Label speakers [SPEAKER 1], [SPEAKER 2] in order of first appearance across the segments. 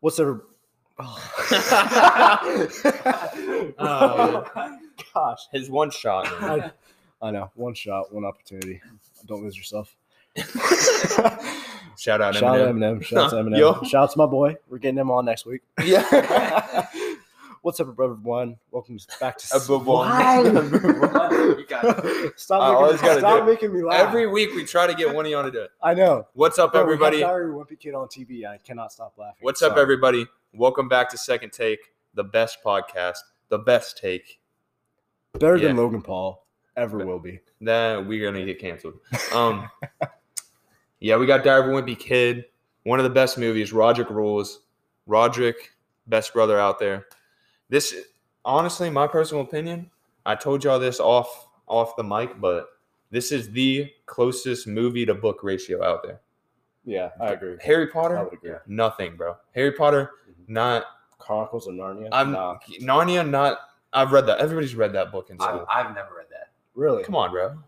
[SPEAKER 1] What's their? Oh.
[SPEAKER 2] Oh.
[SPEAKER 1] Gosh,
[SPEAKER 2] His one shot. man.
[SPEAKER 1] I, I know. One shot, one opportunity. Don't lose yourself.
[SPEAKER 2] Shout out
[SPEAKER 1] Shout out
[SPEAKER 2] Eminem.
[SPEAKER 1] Eminem. Shout out
[SPEAKER 2] Yo.
[SPEAKER 1] Eminem. Shout out to my boy. We're getting him on next week.
[SPEAKER 2] Yeah.
[SPEAKER 1] What's up, everyone? Welcome back to
[SPEAKER 2] Above all. Above all. You got it. I
[SPEAKER 1] Stop,
[SPEAKER 2] always
[SPEAKER 1] making, me,
[SPEAKER 2] gotta do
[SPEAKER 1] stop
[SPEAKER 2] it.
[SPEAKER 1] making me laugh.
[SPEAKER 2] Every week we try to get one of y'all to do it.
[SPEAKER 1] I know.
[SPEAKER 2] What's up,
[SPEAKER 1] Bro,
[SPEAKER 2] everybody?
[SPEAKER 1] Oh, We got Diary of a Wimpy Kid on TV. I cannot stop laughing.
[SPEAKER 2] What's up,
[SPEAKER 1] Sorry.
[SPEAKER 2] everybody? Welcome back to Second Take, the best podcast, the best take.
[SPEAKER 1] Better than
[SPEAKER 2] Yeah.
[SPEAKER 1] Logan Paul ever will be.
[SPEAKER 2] Nah, we're gonna get canceled. Um, yeah, we got Diary of a Wimpy Kid, one of the best movies. Roderick rules. Roderick, best brother out there. This, honestly, my personal opinion. I told y'all this off off the mic, but this is the closest movie to book ratio out there.
[SPEAKER 1] Yeah, I agree.
[SPEAKER 2] Harry Potter,
[SPEAKER 1] I would agree.
[SPEAKER 2] nothing, bro. Harry Potter,
[SPEAKER 1] Mhm.
[SPEAKER 2] not.
[SPEAKER 1] Chronicles of Narnia.
[SPEAKER 2] I'm
[SPEAKER 1] Nah,
[SPEAKER 2] Narnia, not. I've read that. Everybody's read that book in
[SPEAKER 3] I've,
[SPEAKER 2] school.
[SPEAKER 3] I've never read that.
[SPEAKER 1] really.
[SPEAKER 2] Come on, bro.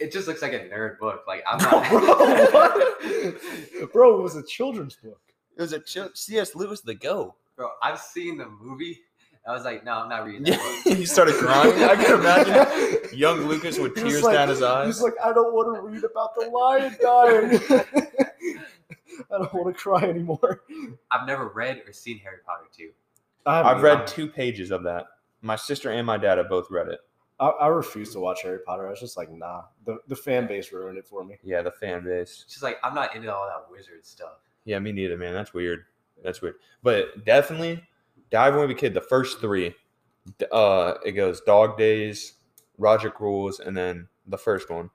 [SPEAKER 3] It just looks like a nerd book. Like I'm
[SPEAKER 1] Bro,
[SPEAKER 3] not.
[SPEAKER 1] what? Bro, it was a children's book.
[SPEAKER 2] It was a C.S. Lewis, the go.
[SPEAKER 3] Bro, I've seen the movie. I was like, no, I'm not reading
[SPEAKER 2] Yeah,
[SPEAKER 3] that book.
[SPEAKER 2] he started crying. I can imagine young Lucas with
[SPEAKER 1] He was
[SPEAKER 2] tears
[SPEAKER 1] like-
[SPEAKER 2] down his
[SPEAKER 1] He's
[SPEAKER 2] eyes.
[SPEAKER 1] like, I don't want to read about the lion dying. I don't want to cry anymore.
[SPEAKER 3] I've never read or seen Harry Potter too.
[SPEAKER 1] I haven't
[SPEAKER 2] I've read
[SPEAKER 1] either.
[SPEAKER 2] two pages of that. My sister and my dad have both read it.
[SPEAKER 1] I, I refused to watch Harry Potter. I was just like, nah. The the fan base ruined it for me.
[SPEAKER 2] Yeah, the fan base.
[SPEAKER 3] She's like, I'm not into all that wizard stuff.
[SPEAKER 2] Yeah, me neither, man. That's weird. That's weird. But definitely, Dive When We Kid, the first three, d- uh, it goes Dog Days, Roderick Rules, and then the first one.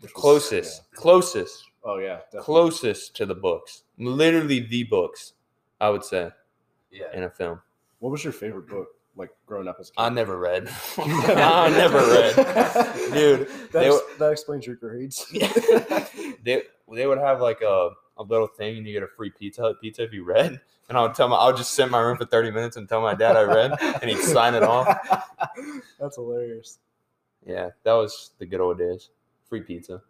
[SPEAKER 1] which was-
[SPEAKER 2] Closest, closest,
[SPEAKER 1] yeah. Oh yeah. definitely.
[SPEAKER 2] closest to the books. Literally the books, I would say,
[SPEAKER 3] Yeah.
[SPEAKER 2] in a film.
[SPEAKER 1] What was your favorite book? Like growing up as a kid.
[SPEAKER 2] I never read. I never read. Dude,
[SPEAKER 1] That,
[SPEAKER 2] they
[SPEAKER 1] ex-
[SPEAKER 2] were-
[SPEAKER 1] that explains your grades.
[SPEAKER 2] they they would have like a, a little thing and you get a free pizza pizza if you read. And I would tell my I would just sit in my room for 30 minutes and tell my dad I read and he'd sign it off.
[SPEAKER 1] That's hilarious.
[SPEAKER 2] Yeah, that was the good old days. Free pizza.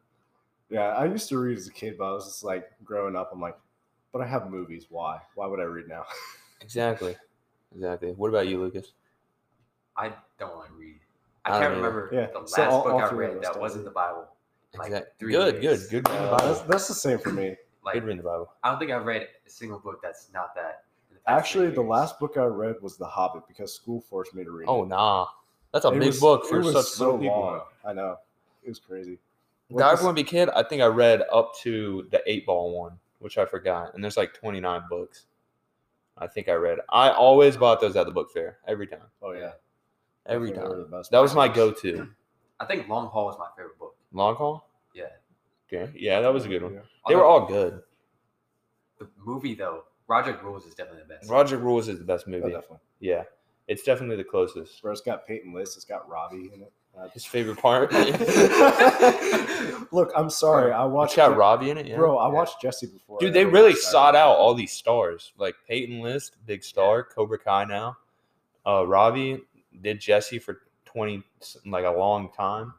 [SPEAKER 1] Yeah, I used to read as a kid, but I was just like growing up. I'm like, but I have movies. Why? Why would I read now?
[SPEAKER 2] Exactly. Exactly. What about you, Lucas?
[SPEAKER 3] I don't want to read.
[SPEAKER 2] I
[SPEAKER 3] I,
[SPEAKER 2] don't
[SPEAKER 3] can't
[SPEAKER 2] either.
[SPEAKER 3] remember
[SPEAKER 1] Yeah,
[SPEAKER 3] the last
[SPEAKER 1] so all-
[SPEAKER 3] book
[SPEAKER 1] all
[SPEAKER 3] I
[SPEAKER 1] three of us
[SPEAKER 3] read that
[SPEAKER 1] don't
[SPEAKER 3] wasn't
[SPEAKER 1] read.
[SPEAKER 3] the Bible. Like
[SPEAKER 2] Exactly.
[SPEAKER 3] three
[SPEAKER 2] good,
[SPEAKER 3] years.
[SPEAKER 2] good, good. reading the
[SPEAKER 3] Uh,
[SPEAKER 1] That's,
[SPEAKER 2] Bible.
[SPEAKER 1] that's the same for me.
[SPEAKER 3] Like
[SPEAKER 2] Good reading the Bible.
[SPEAKER 3] I don't think I've read a single book that's not that. in the past
[SPEAKER 1] Actually,
[SPEAKER 3] three
[SPEAKER 1] the
[SPEAKER 3] years.
[SPEAKER 1] last book I read was The Hobbit because school forced me to read. it.
[SPEAKER 2] Oh nah. That's a
[SPEAKER 1] It
[SPEAKER 2] big
[SPEAKER 1] was-
[SPEAKER 2] book
[SPEAKER 1] it
[SPEAKER 2] for
[SPEAKER 1] was
[SPEAKER 2] such
[SPEAKER 1] so
[SPEAKER 2] little people.
[SPEAKER 1] long. I know. It was crazy. What
[SPEAKER 2] Dive
[SPEAKER 1] was-
[SPEAKER 2] One Be Kid, I think I read up to the eight ball one, which I forgot. And there's like 29 books. I think I read. I always bought those at the book fair every time.
[SPEAKER 1] Oh yeah,
[SPEAKER 2] Every
[SPEAKER 1] They were
[SPEAKER 2] time.
[SPEAKER 1] the best
[SPEAKER 2] That was my
[SPEAKER 1] books.
[SPEAKER 2] go to.
[SPEAKER 3] I think Long Haul was my favorite book.
[SPEAKER 2] Long Haul?
[SPEAKER 3] Yeah.
[SPEAKER 2] Okay. Yeah, that was a good one.
[SPEAKER 1] Yeah.
[SPEAKER 2] They were
[SPEAKER 3] Although
[SPEAKER 2] all good.
[SPEAKER 3] the movie though. Roger Rules is definitely the best.
[SPEAKER 2] Roger Rules is the best
[SPEAKER 1] Oh,
[SPEAKER 2] movie.
[SPEAKER 1] definitely.
[SPEAKER 2] Yeah. It's definitely the closest.
[SPEAKER 1] Bro, it's got Peyton List. It's got Robbie in it. Uh,
[SPEAKER 2] His favorite part.
[SPEAKER 1] Look, I'm sorry. I
[SPEAKER 2] Watch
[SPEAKER 1] watched
[SPEAKER 2] out, Robbie in it. Yeah.
[SPEAKER 1] Bro, I
[SPEAKER 3] Yeah.
[SPEAKER 1] watched Jesse before. I
[SPEAKER 2] Dude, they
[SPEAKER 1] ever
[SPEAKER 2] really
[SPEAKER 1] watched
[SPEAKER 2] sought
[SPEAKER 1] Iron
[SPEAKER 2] out
[SPEAKER 1] Man.
[SPEAKER 2] all these stars like Peyton List, big star, Cobra Kai now. Uh, Robbie did Jesse for 20, like a long time.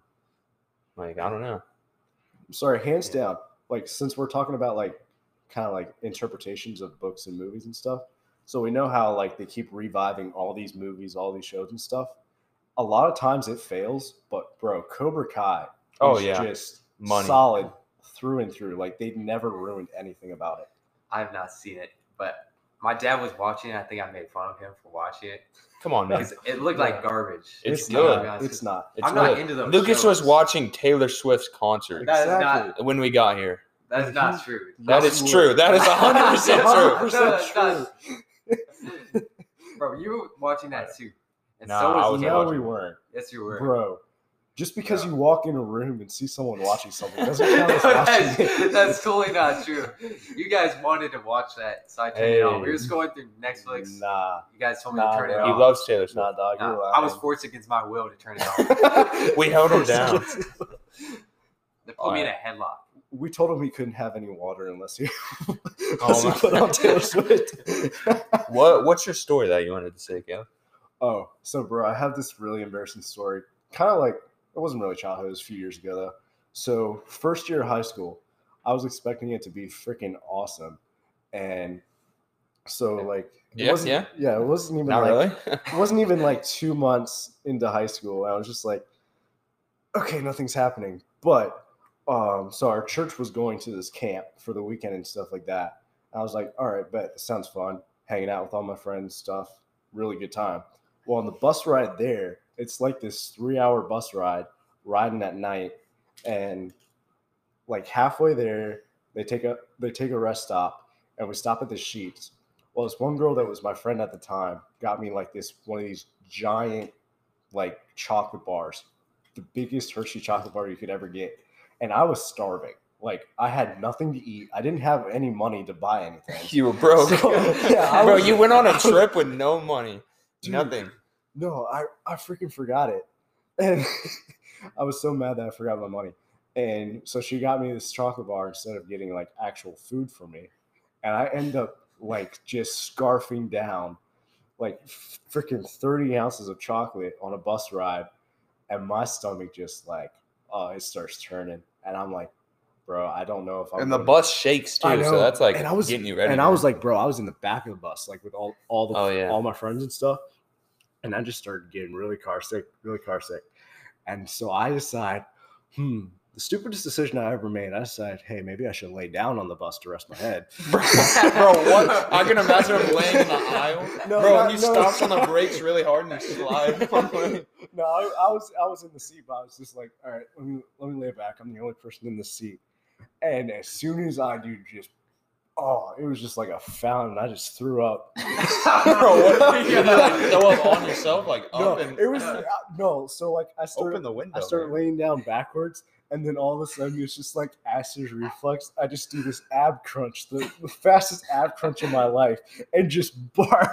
[SPEAKER 2] Like, I don't know.
[SPEAKER 1] I'm sorry, hands
[SPEAKER 3] Yeah.
[SPEAKER 1] down. Like since we're talking about like kind of like interpretations of books and movies and stuff, so we know how like they keep reviving all these movies, all these shows and stuff. A lot of times it fails, but bro, Cobra Kai
[SPEAKER 2] Oh,
[SPEAKER 1] is
[SPEAKER 2] yeah.
[SPEAKER 1] just
[SPEAKER 2] Money.
[SPEAKER 1] solid through and through. Like they never ruined anything about it.
[SPEAKER 3] I've not seen it, but my dad was watching it. I think I made fun of him for watching it.
[SPEAKER 2] Come on, man.
[SPEAKER 3] 'Cause It looked like garbage.
[SPEAKER 2] It's
[SPEAKER 3] not,
[SPEAKER 2] good.
[SPEAKER 3] guys.
[SPEAKER 1] It's not.
[SPEAKER 2] It's
[SPEAKER 3] I'm not
[SPEAKER 2] lit.
[SPEAKER 3] into those
[SPEAKER 2] Lucas was
[SPEAKER 3] shows.
[SPEAKER 2] watching Taylor Swift's concert
[SPEAKER 3] That is not-
[SPEAKER 2] when we got here.
[SPEAKER 3] That's not true.
[SPEAKER 2] That is true. That is 100% true.
[SPEAKER 1] 100%
[SPEAKER 3] No,
[SPEAKER 1] true.
[SPEAKER 3] Bro, you were watching that too. And
[SPEAKER 2] Nah,
[SPEAKER 3] so was
[SPEAKER 2] I was
[SPEAKER 3] he.
[SPEAKER 1] no,
[SPEAKER 2] watching.
[SPEAKER 1] we weren't,
[SPEAKER 3] Yes, you were.
[SPEAKER 1] bro. Just because
[SPEAKER 3] Bro.
[SPEAKER 1] you walk in a room and see someone watching something doesn't count as
[SPEAKER 3] that's,
[SPEAKER 1] watching it.
[SPEAKER 3] that's totally not true. You guys wanted to watch that, so I turned it
[SPEAKER 2] Hey.
[SPEAKER 3] on. We were scrolling through Netflix.
[SPEAKER 1] Nah,
[SPEAKER 3] You guys told me
[SPEAKER 1] Nah,
[SPEAKER 3] to turn it
[SPEAKER 1] bro.
[SPEAKER 2] He
[SPEAKER 1] Yeah.
[SPEAKER 3] off.
[SPEAKER 2] loves Taylor Swift.
[SPEAKER 1] nah, dog.
[SPEAKER 3] Nah,
[SPEAKER 1] You're
[SPEAKER 3] I was forced against my will to turn it off.
[SPEAKER 1] lying.
[SPEAKER 2] We held him down.
[SPEAKER 3] They put me in a headlock.
[SPEAKER 1] We told him he couldn't have any water unless he, unless
[SPEAKER 2] Oh,
[SPEAKER 1] he
[SPEAKER 2] my-
[SPEAKER 1] put on Taylor Swift.
[SPEAKER 2] What What's your story that you wanted to say, Kev?
[SPEAKER 1] oh, so bro, I have this really embarrassing story. Kind of like it wasn't really childhood; it was a few years ago though. So first year of high school, I was expecting it to be freaking awesome, and So like, it
[SPEAKER 2] Yeah,
[SPEAKER 1] wasn't,
[SPEAKER 2] yeah.
[SPEAKER 1] yeah, it wasn't even
[SPEAKER 2] Not
[SPEAKER 1] like
[SPEAKER 2] really.
[SPEAKER 1] it wasn't even like two months into high school. I was just like, okay, nothing's happening. But um, so our church was going to this camp for the weekend and stuff like that. I was like, all right, bet this sounds fun. Hanging out with all my friends, stuff, really good time. Well, on the bus ride there, it's like this three-hour bus ride, riding at night, and like halfway there, they take a they take a rest stop, and we stop at the Sheets. Well, this one girl that was my friend at the time got me like this one of these giant like chocolate bars, the biggest Hershey chocolate bar you could ever get. And I was starving. Like I had nothing to eat. I didn't have any money to buy anything.
[SPEAKER 2] you were broke.
[SPEAKER 1] So, yeah, I
[SPEAKER 2] Bro,
[SPEAKER 1] was-
[SPEAKER 2] you went on
[SPEAKER 1] I
[SPEAKER 2] a
[SPEAKER 1] was-
[SPEAKER 2] trip with no money.
[SPEAKER 1] Dude.
[SPEAKER 2] Nothing.
[SPEAKER 1] No, I, I freaking forgot it. And I was so mad that I forgot my money. And so she got me this chocolate bar instead of getting like actual food for me. And I end up like just scarfing down like f- freaking 30 ounces of chocolate on a bus ride. And my stomach just like, oh, it starts turning. And I'm like, bro, I don't know if I'm
[SPEAKER 2] And the
[SPEAKER 1] gonna-
[SPEAKER 2] bus shakes too,
[SPEAKER 1] I
[SPEAKER 2] so
[SPEAKER 1] know.
[SPEAKER 2] that's like
[SPEAKER 1] And I was-
[SPEAKER 2] getting you ready.
[SPEAKER 1] and I
[SPEAKER 2] man.
[SPEAKER 1] was like, bro, I was in the back of the bus, like with all all the
[SPEAKER 2] Oh, yeah.
[SPEAKER 1] all my friends and stuff. And I just started getting really car sick, really car sick. And so I decide, hmm, the stupidest decision I ever made. I decide, hey, maybe I should lay down on the bus to rest my head.
[SPEAKER 2] bro, bro, what? I can imagine him laying in the aisle.
[SPEAKER 1] No,
[SPEAKER 2] bro,
[SPEAKER 1] not-
[SPEAKER 2] and you
[SPEAKER 1] no.
[SPEAKER 2] stopped on the brakes really hard and you slide.
[SPEAKER 1] no, I, I was I was in the seat, but I was just like, all right, let me let me lay back. I'm the only person in the seat. And as soon as I do, just oh, it was just like a fountain. I just threw up.
[SPEAKER 2] bro, what?
[SPEAKER 1] Yeah.
[SPEAKER 2] You had to, like throw up on yourself, like
[SPEAKER 1] No,
[SPEAKER 2] up and
[SPEAKER 1] it was uh, no. So like I started
[SPEAKER 2] open the window.
[SPEAKER 1] I start
[SPEAKER 2] man.
[SPEAKER 1] laying down backwards, and then all of a sudden it's just like acid reflux. I just do this ab crunch, the, the fastest ab crunch of my life, and just barf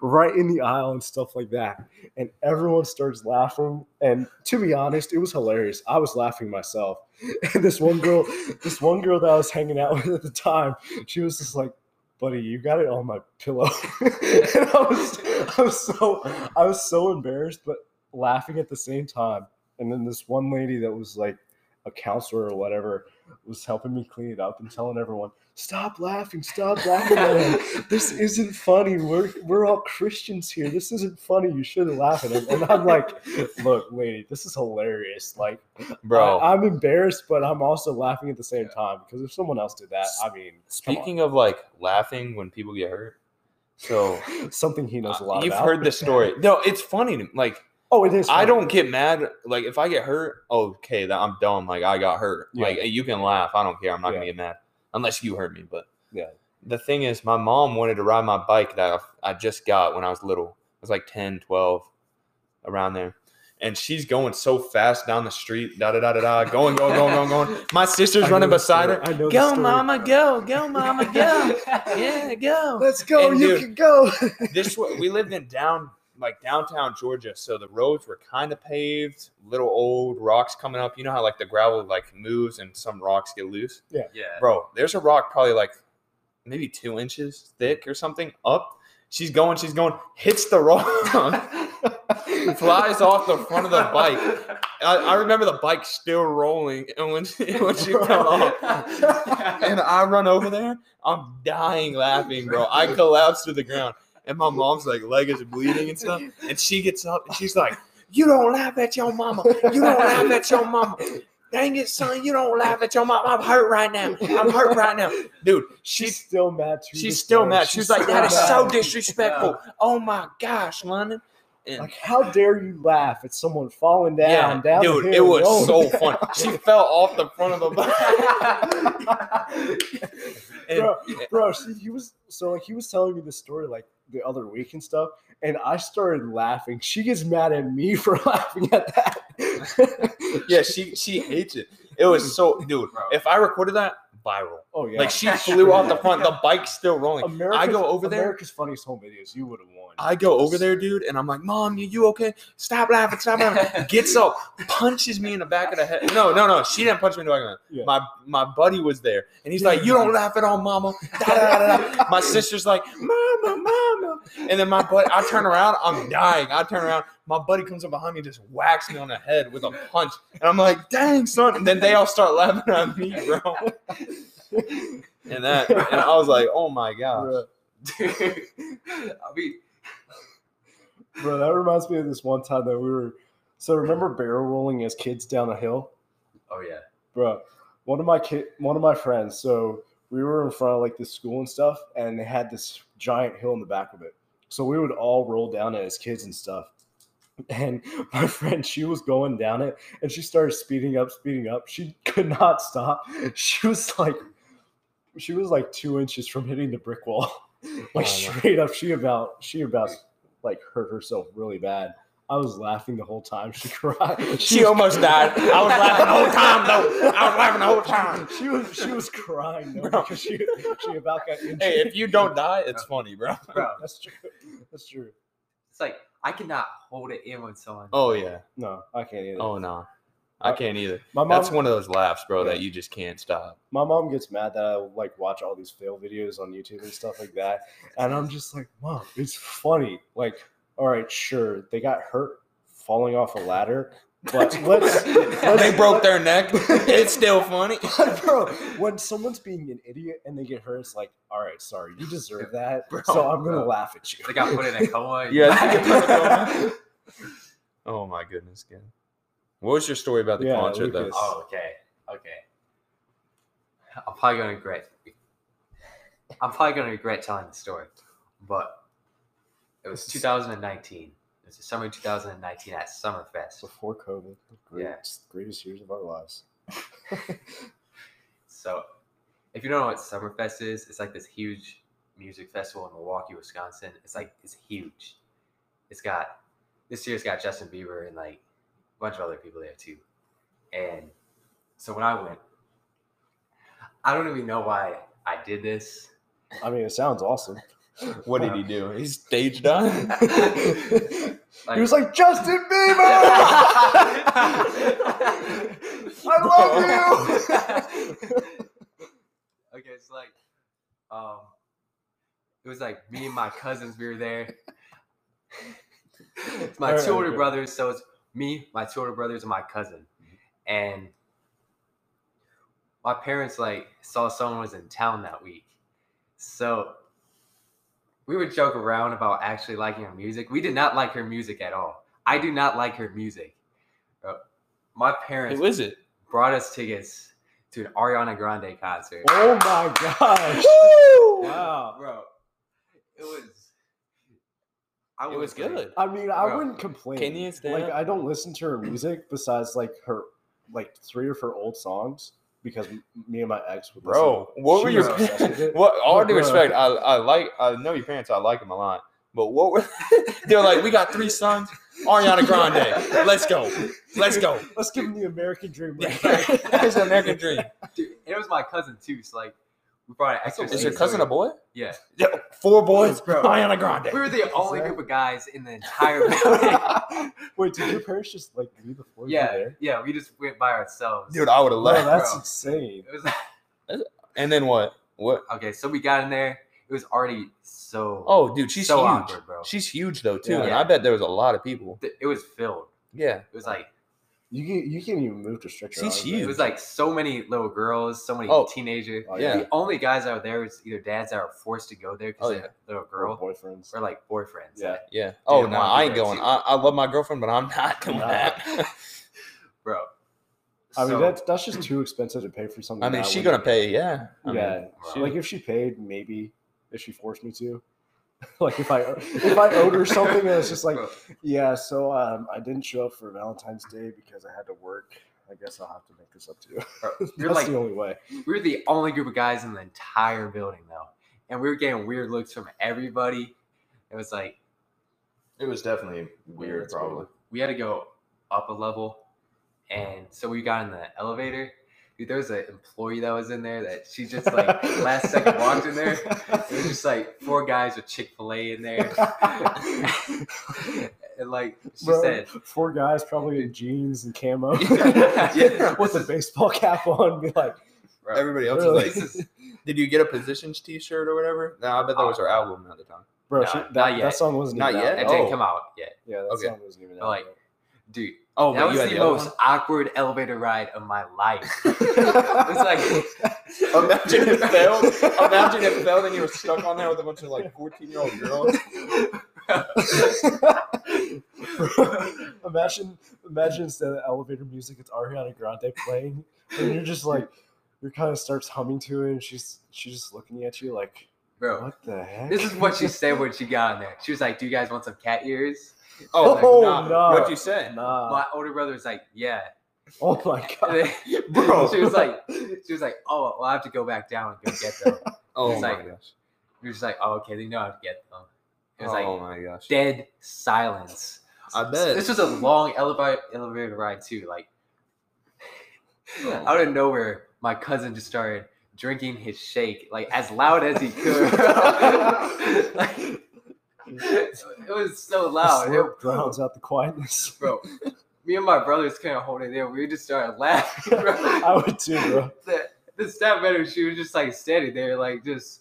[SPEAKER 1] right in the aisle and stuff like that. And everyone starts laughing. And to be honest, it was hilarious. I was laughing myself. And this one girl, this one girl that I was hanging out with at the time, she was just like, buddy, you got it on my pillow. and I was, I was so, I was so embarrassed, but laughing at the same time. And then this one lady that was like a counselor or whatever was helping me clean it up and telling everyone, stop laughing, stop laughing at him. This isn't funny. We're, we're all Christians here. This isn't funny. You shouldn't laugh at him. And I'm like, look, lady, this is hilarious. Like,
[SPEAKER 2] bro.
[SPEAKER 1] I, am embarrassed, but I'm also laughing at the same time because if someone else did that, I mean, come on.
[SPEAKER 2] Speaking of like laughing when people get hurt, so
[SPEAKER 1] something he knows a lot
[SPEAKER 2] Uh, you've
[SPEAKER 1] about.
[SPEAKER 2] heard this story. No, it's funny. To, like
[SPEAKER 1] Oh, it is.
[SPEAKER 2] I
[SPEAKER 1] funny.
[SPEAKER 2] don't get mad. Like if I get hurt, okay, that I'm dumb. Like I got hurt.
[SPEAKER 1] Yeah.
[SPEAKER 2] Like you can laugh. I don't care. I'm not gonna
[SPEAKER 1] Yeah.
[SPEAKER 2] get mad unless you hurt me. But
[SPEAKER 1] Yeah.
[SPEAKER 2] the thing is, my mom wanted to ride my bike that I I just got when I was little. I was like 10, 12, around there. And she's going so fast down the street, da da da da da, going, going, going, going, going. My
[SPEAKER 1] I
[SPEAKER 2] sister's
[SPEAKER 1] know
[SPEAKER 2] running
[SPEAKER 1] the
[SPEAKER 2] beside
[SPEAKER 1] story.
[SPEAKER 2] her.
[SPEAKER 1] I know the
[SPEAKER 2] Go,
[SPEAKER 1] story.
[SPEAKER 2] mama, go, go, mama, go. Yeah, go
[SPEAKER 1] Let's go.
[SPEAKER 2] And
[SPEAKER 1] you
[SPEAKER 2] dude-
[SPEAKER 1] can go.
[SPEAKER 2] this wa- we lived in down like downtown Georgia, so the roads were kind of paved, little old rocks coming up. You know how like the gravel like moves and some rocks get loose.
[SPEAKER 3] yeah.
[SPEAKER 2] Bro, there's a rock probably like maybe two inches thick or something up. She's going, she's going, hits the rock, flies off the front of the bike. I, I remember the bike still rolling, and when she, when she fell off, and I run over there. I'm dying laughing, bro. I collapse to the ground, and my mom's like leg is bleeding and stuff. And she gets up and she's like, "You don't laugh at your mama. You don't laugh at your mama. Dang it, son. You don't laugh at your mama. I'm hurt right now. I'm hurt right now, dude. She
[SPEAKER 1] She's still mad. to
[SPEAKER 2] she's
[SPEAKER 1] this
[SPEAKER 2] still
[SPEAKER 1] day.
[SPEAKER 2] mad. She's like,
[SPEAKER 1] still
[SPEAKER 2] that is so
[SPEAKER 1] mad.
[SPEAKER 2] disrespectful. Oh my gosh, London. And
[SPEAKER 1] Like, how dare you laugh at someone falling down? down
[SPEAKER 2] dude,
[SPEAKER 1] the
[SPEAKER 2] it
[SPEAKER 1] hill,
[SPEAKER 2] was
[SPEAKER 1] rolling.
[SPEAKER 2] so fun. She fell off the front of the and-
[SPEAKER 1] bro, bro she, he was so like he was telling me this story like the other week and stuff, and I started laughing. She gets mad at me for laughing at that.
[SPEAKER 2] Yeah, she she hates it. It was so dude.
[SPEAKER 3] Bro.
[SPEAKER 2] If I recorded that, viral.
[SPEAKER 1] oh yeah,
[SPEAKER 2] Like she flew off the front. The bike's still rolling. I
[SPEAKER 1] America's-
[SPEAKER 2] go over there.
[SPEAKER 1] America's funniest home videos. You would have won.
[SPEAKER 2] I go over there, dude, and I'm like, "Mom, you, you okay? Stop laughing, stop laughing." Gets up, punches me in the back of the head. No, no, no. She didn't punch me in the back of the head.
[SPEAKER 1] Yeah.
[SPEAKER 2] My my buddy was there, and he's like, "You don't laugh at all, Mama." Da, da, da, da, da. My sister's like, "Mama, Mama," and then my buddy. I turn around. I'm dying. I turn around. My buddy comes up behind me, and just whacks me on the head with a punch, and I'm like, "Dang, son!" And then they all start laughing at me, bro. And that, and I was like, "Oh my gosh."
[SPEAKER 1] Bruh,
[SPEAKER 3] Dude, I mean,
[SPEAKER 1] Bro, that reminds me of this one time that we were. So remember barrel rolling as kids down a hill,
[SPEAKER 3] oh yeah,
[SPEAKER 1] bro. One of my kid, one of my friends. So we were in front of like this school and stuff, and they had this giant hill in the back of it. So we would all roll down it as kids and stuff. And my friend, she was going down it, and she started speeding up, speeding up. She could not stop. She was like, she was like two inches from hitting the brick wall,
[SPEAKER 2] Oh, my-
[SPEAKER 1] like straight up. She about, she about like hurt herself really bad. I was laughing the whole time. She cried.
[SPEAKER 2] She
[SPEAKER 1] was-
[SPEAKER 2] almost died. I was laughing the whole time, though. I was laughing the whole time.
[SPEAKER 1] She was she was crying though,
[SPEAKER 2] Bro.
[SPEAKER 1] because she she about got injured.
[SPEAKER 2] Hey, if you don't die, it's funny, bro.
[SPEAKER 3] bro.
[SPEAKER 1] That's true. That's true.
[SPEAKER 3] It's like I cannot hold it in when someone.
[SPEAKER 2] Oh yeah.
[SPEAKER 1] No, I can't either.
[SPEAKER 2] Oh no. I can't either.
[SPEAKER 1] my mom,
[SPEAKER 2] That's one of those laughs, bro,
[SPEAKER 1] Yeah.
[SPEAKER 2] that you just can't stop.
[SPEAKER 1] my mom gets mad that I like watch all these fail videos on YouTube and stuff like that, and I'm just like, mom, it's funny. Like, all right, sure, they got hurt falling off a ladder, but let's. let's
[SPEAKER 2] They broke their neck. It's still funny.
[SPEAKER 1] Bro, when someone's being an idiot and they get hurt, it's like, all right, sorry, you deserve that.
[SPEAKER 2] Bro,
[SPEAKER 1] so I'm gonna
[SPEAKER 3] bro.
[SPEAKER 1] laugh at you.
[SPEAKER 3] They got put in a coma.
[SPEAKER 2] Yeah, they get put in a coma. Oh my goodness, God. What was your story about the
[SPEAKER 1] Yeah,
[SPEAKER 2] concert though?
[SPEAKER 1] Lucas.
[SPEAKER 3] Oh, okay. Okay. I'm probably gonna regret. I'm probably gonna regret telling the story, but it was 2019. It was the summer of 2019 at Summerfest.
[SPEAKER 1] before COVID, the greatest, greatest years of our lives.
[SPEAKER 3] So, if you don't know what Summerfest is, it's like this huge music festival in Milwaukee, Wisconsin. It's like it's huge. It's got this year's got Justin Bieber and like a bunch of other people there too. And so when I went, I don't even know why I did this.
[SPEAKER 1] I mean, it sounds awesome.
[SPEAKER 2] What did he do? He stage dive.
[SPEAKER 1] he was like Justin Bieber. I
[SPEAKER 3] love you. okay, it's like, um, it was like me and my cousins. We were there. It's my
[SPEAKER 1] Alright,
[SPEAKER 3] two older
[SPEAKER 1] okay.
[SPEAKER 3] brothers, so it's me, my two older brothers, and my cousin. And my parents like saw someone was in town that week, so we would joke around about actually liking her music. We did not like her music at all. I do not like her music. Uh, my parents
[SPEAKER 2] Who is it?
[SPEAKER 3] brought us tickets to an Ariana Grande concert.
[SPEAKER 1] oh my gosh! Wow.
[SPEAKER 3] bro, it was. I
[SPEAKER 2] It was
[SPEAKER 3] like-
[SPEAKER 2] good.
[SPEAKER 1] I mean, I
[SPEAKER 3] Bro,
[SPEAKER 1] wouldn't complain.
[SPEAKER 2] Can you stand
[SPEAKER 1] like,
[SPEAKER 2] up?
[SPEAKER 1] I don't listen to her music besides like her, like three of her old songs because m- me and my ex would.
[SPEAKER 2] Bro, what were
[SPEAKER 1] She
[SPEAKER 2] your
[SPEAKER 1] was obsessed with it.
[SPEAKER 2] what? All
[SPEAKER 1] Look,
[SPEAKER 2] due
[SPEAKER 1] bro.
[SPEAKER 2] respect, I, I like I know your parents. I like them a lot, but what were they're like? We got three sons. Ariana Grande, let's go, let's go.
[SPEAKER 1] listen. Let's give him the American dream. right here.
[SPEAKER 2] it's an American dream.
[SPEAKER 3] Dude, and it was my cousin too. So like, we brought an extra.
[SPEAKER 2] Is
[SPEAKER 1] Is your
[SPEAKER 2] your
[SPEAKER 3] ticket, so
[SPEAKER 2] cousin
[SPEAKER 3] we-
[SPEAKER 2] a boy?
[SPEAKER 3] Yeah,
[SPEAKER 2] Yeah, four boys,
[SPEAKER 3] Bro.
[SPEAKER 2] Ariana Grande.
[SPEAKER 3] we were the only
[SPEAKER 1] that-
[SPEAKER 3] group of guys in the entire building.
[SPEAKER 1] Wait, did your parents just like leave the floor
[SPEAKER 3] yeah,
[SPEAKER 1] there?
[SPEAKER 3] yeah, we just went by ourselves.
[SPEAKER 2] Dude, I would have
[SPEAKER 1] Bro,
[SPEAKER 2] left.
[SPEAKER 1] that's
[SPEAKER 3] Bro.
[SPEAKER 1] insane.
[SPEAKER 3] it was
[SPEAKER 2] And then what? What?
[SPEAKER 3] okay. So we got in there. It was already so.
[SPEAKER 2] Oh, dude, she's
[SPEAKER 3] so
[SPEAKER 2] huge.
[SPEAKER 3] awkward, bro.
[SPEAKER 2] She's huge though too,
[SPEAKER 1] Yeah.
[SPEAKER 2] and I bet there was a lot of people.
[SPEAKER 3] Th- It was filled.
[SPEAKER 2] Yeah,
[SPEAKER 3] It was like
[SPEAKER 1] You can you can't even move to stretch your
[SPEAKER 2] She's
[SPEAKER 1] arms, right?
[SPEAKER 3] it was like so many little girls, so many
[SPEAKER 2] Oh.
[SPEAKER 3] teenagers.
[SPEAKER 1] Oh,
[SPEAKER 2] yeah.
[SPEAKER 3] The only guys that were there was either dads that were forced to go there because
[SPEAKER 2] Oh,
[SPEAKER 3] they had a little girl
[SPEAKER 1] Or boyfriends.
[SPEAKER 3] or like boyfriends.
[SPEAKER 1] Yeah.
[SPEAKER 2] yeah. Oh
[SPEAKER 3] I
[SPEAKER 2] no,
[SPEAKER 3] wanna do
[SPEAKER 2] I ain't
[SPEAKER 3] that
[SPEAKER 2] going.
[SPEAKER 3] too.
[SPEAKER 2] I, I love my girlfriend, but I'm not going.
[SPEAKER 1] Nah.
[SPEAKER 2] out.
[SPEAKER 3] bro.
[SPEAKER 1] I mean,
[SPEAKER 3] So-
[SPEAKER 1] that's that's just too expensive to pay for something.
[SPEAKER 2] I mean,
[SPEAKER 1] that
[SPEAKER 2] she
[SPEAKER 1] wouldn't-
[SPEAKER 2] gonna pay. Yeah. I mean,
[SPEAKER 1] yeah,
[SPEAKER 3] bro.
[SPEAKER 2] she-
[SPEAKER 1] like if she paid, maybe if she forced me to. like if I if I owed her something, and it's just like,
[SPEAKER 3] Bro,
[SPEAKER 1] yeah. So um, I didn't show up for Valentine's Day because I had to work. I guess I'll have to make this up to you.
[SPEAKER 3] bro,
[SPEAKER 1] That's
[SPEAKER 3] you're like
[SPEAKER 1] the only way.
[SPEAKER 3] we were the only group of guys in the entire building though, and we were getting weird looks from everybody. It was like
[SPEAKER 2] It was definitely
[SPEAKER 1] weird, it's probably. weird.
[SPEAKER 3] we had to go up a level, and so we got in the elevator. Dude, there was an employee that was in there that she just like last second walked in there. It was just like four guys with Chick Fil A in there, and like she
[SPEAKER 1] Bro,
[SPEAKER 3] said,
[SPEAKER 1] four guys probably in jeans and camo
[SPEAKER 3] Yeah.
[SPEAKER 1] with a baseball cap on. Be like,
[SPEAKER 3] bro,
[SPEAKER 2] Everybody else
[SPEAKER 1] Really?
[SPEAKER 2] is like, "Did you get a positions T-shirt or whatever?" No, I bet that was her album at the time.
[SPEAKER 1] bro,
[SPEAKER 3] Nah,
[SPEAKER 1] she,
[SPEAKER 3] not
[SPEAKER 1] that,
[SPEAKER 3] yet.
[SPEAKER 1] that song wasn't
[SPEAKER 2] Not
[SPEAKER 1] even
[SPEAKER 2] yet?
[SPEAKER 1] Out.
[SPEAKER 3] that
[SPEAKER 2] Oh.
[SPEAKER 3] didn't come out yet.
[SPEAKER 1] Yeah, that
[SPEAKER 2] Okay.
[SPEAKER 1] song wasn't even out.
[SPEAKER 3] Like,
[SPEAKER 1] yet.
[SPEAKER 3] dude.
[SPEAKER 2] Oh,
[SPEAKER 3] that
[SPEAKER 2] wait,
[SPEAKER 3] was
[SPEAKER 2] you had
[SPEAKER 3] the
[SPEAKER 2] other
[SPEAKER 3] most awkward elevator ride of my life. It's like
[SPEAKER 2] one? Imagine it failed. Imagine it failed, and you were stuck on there with a bunch of like fourteen-year-old girls.
[SPEAKER 1] imagine, imagine instead of elevator music, it's Ariana Grande playing, and you're just like, you're kind of starts humming to it, and she's she's just looking at you like,
[SPEAKER 3] bro.
[SPEAKER 1] what the heck?
[SPEAKER 3] This is what she said when she got on there. She was like, "Do you guys want some cat ears?"
[SPEAKER 2] Oh,
[SPEAKER 1] Oh,
[SPEAKER 2] no!
[SPEAKER 1] no.
[SPEAKER 2] What'd you say?
[SPEAKER 1] Nah.
[SPEAKER 3] my older brother was like, "Yeah."
[SPEAKER 1] oh my
[SPEAKER 3] And
[SPEAKER 1] god.
[SPEAKER 3] then
[SPEAKER 2] Bro.
[SPEAKER 3] she was like, "She was like, oh, well, I have to go back down and go get them."
[SPEAKER 2] Oh
[SPEAKER 3] It's
[SPEAKER 2] my
[SPEAKER 3] like-
[SPEAKER 2] gosh!
[SPEAKER 3] We were just like, "Oh, okay, they know how to get them." It was
[SPEAKER 2] Oh
[SPEAKER 3] like
[SPEAKER 2] my gosh!
[SPEAKER 3] dead silence.
[SPEAKER 2] I bet.
[SPEAKER 3] This was a long elevator elevator ride too. Like
[SPEAKER 2] Oh.
[SPEAKER 3] out of nowhere, my cousin just started drinking his shake like as loud as he could. like, it was so
[SPEAKER 1] The
[SPEAKER 3] loud. It-
[SPEAKER 1] slurp drowns out the quietness.
[SPEAKER 3] bro, me and my brothers couldn't hold it there. We just started laughing, bro.
[SPEAKER 1] I would too, bro.
[SPEAKER 3] the, the staff better, she was just like standing there, like just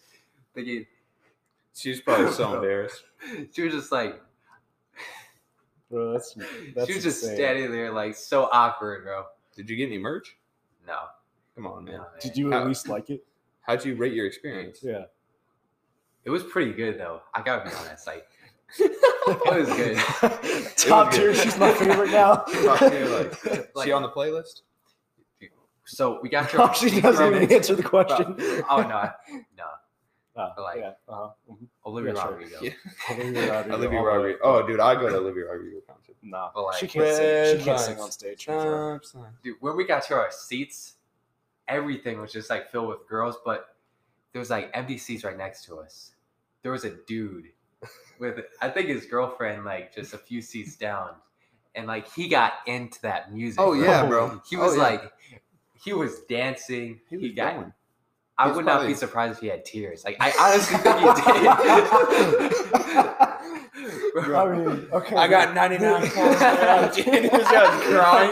[SPEAKER 3] thinking.
[SPEAKER 2] She's probably so embarrassed.
[SPEAKER 3] She was just like,
[SPEAKER 1] Bro, that's that's
[SPEAKER 3] she was just
[SPEAKER 1] insane.
[SPEAKER 3] standing there, like so awkward, bro.
[SPEAKER 2] Did you get any merch?
[SPEAKER 3] No,
[SPEAKER 2] Come on,
[SPEAKER 3] no
[SPEAKER 2] man.
[SPEAKER 3] man.
[SPEAKER 1] Did you
[SPEAKER 3] Uh,
[SPEAKER 1] at
[SPEAKER 2] How-
[SPEAKER 1] least like it?
[SPEAKER 2] How'd you rate your experience?
[SPEAKER 1] Yeah.
[SPEAKER 3] It was pretty good though. I gotta be honest, like it was good.
[SPEAKER 1] Top
[SPEAKER 2] good.
[SPEAKER 1] tier. She's my favorite now.
[SPEAKER 2] Top tier, like,
[SPEAKER 3] Like-
[SPEAKER 2] she on the playlist?
[SPEAKER 3] So we got your.
[SPEAKER 1] Oh, she doesn't even answer the question.
[SPEAKER 3] Oh no, no,
[SPEAKER 1] Oh,
[SPEAKER 3] Like-
[SPEAKER 1] yeah, uh-huh. mhm.
[SPEAKER 3] Olivia
[SPEAKER 1] Yeah, sure.
[SPEAKER 3] Rodrigo.
[SPEAKER 2] Yeah.
[SPEAKER 1] Olivia Rodrigo.
[SPEAKER 2] Olivia
[SPEAKER 1] all the way.
[SPEAKER 2] Rodrigo. Oh, dude, I go to Olivia Rodrigo concert.
[SPEAKER 1] Nah,
[SPEAKER 3] But, like,
[SPEAKER 1] she can't sing. She
[SPEAKER 2] red
[SPEAKER 1] can't sing
[SPEAKER 2] lights.
[SPEAKER 1] on stage.
[SPEAKER 3] Uh,
[SPEAKER 1] for sure.
[SPEAKER 2] Stop sign.
[SPEAKER 3] Dude, when we got to our seats, everything was just like filled with girls, but there was like empty seats right next to us. There was a dude with I think his girlfriend like just a few seats down, and like he got into that music.
[SPEAKER 2] Oh
[SPEAKER 3] bro.
[SPEAKER 2] yeah, bro.
[SPEAKER 3] he was
[SPEAKER 2] Oh, yeah.
[SPEAKER 3] like he was dancing. He,
[SPEAKER 2] was
[SPEAKER 3] got.
[SPEAKER 2] going.
[SPEAKER 3] I
[SPEAKER 2] He's
[SPEAKER 3] would not
[SPEAKER 2] probably-
[SPEAKER 3] be surprised if he had tears. Like I honestly think he did.
[SPEAKER 1] I mean, okay.
[SPEAKER 2] I got 99 points. man. Dude, this guy's crying.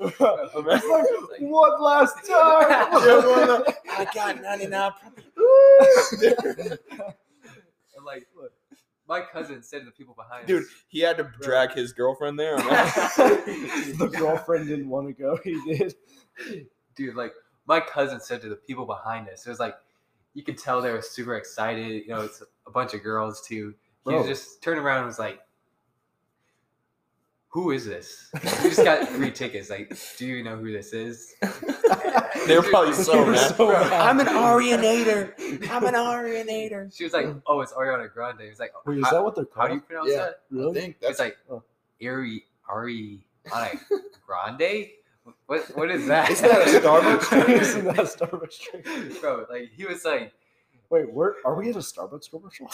[SPEAKER 1] It's like, one last time.
[SPEAKER 2] Just wanna- I got 99
[SPEAKER 3] And, like my cousin said to the people behind
[SPEAKER 2] Dude,
[SPEAKER 3] us,
[SPEAKER 2] he had to drag his girlfriend there.
[SPEAKER 1] the girlfriend didn't want to go. He did.
[SPEAKER 3] dude, like my cousin said to the people behind us, it was like you could tell they were super excited. You know, it's a bunch of girls too. He was
[SPEAKER 1] Bro.
[SPEAKER 3] just turned around and was like, "Who is this?" We just got free tickets. Like, do you know who this is?
[SPEAKER 2] They're probably so
[SPEAKER 1] He was
[SPEAKER 2] mad.
[SPEAKER 1] so mad.
[SPEAKER 2] I'm an Arianator. I'm an Arianator.
[SPEAKER 3] She was like, "Oh, it's Ariana Grande." He was like,
[SPEAKER 1] Wait, is
[SPEAKER 3] "How-
[SPEAKER 1] that what they're
[SPEAKER 3] "How
[SPEAKER 1] called?
[SPEAKER 3] do you pronounce
[SPEAKER 2] Yeah.
[SPEAKER 3] that?"
[SPEAKER 2] I
[SPEAKER 1] really?
[SPEAKER 2] think
[SPEAKER 3] It's
[SPEAKER 2] that's
[SPEAKER 3] like
[SPEAKER 1] oh.
[SPEAKER 3] Ari Ari Ariana Grande. What what is that?
[SPEAKER 2] Isn't that a Starbucks drink?
[SPEAKER 1] Isn't that a Starbucks drink?
[SPEAKER 3] Bro, like he was like,
[SPEAKER 1] Wait, where are we at a Starbucks commercial?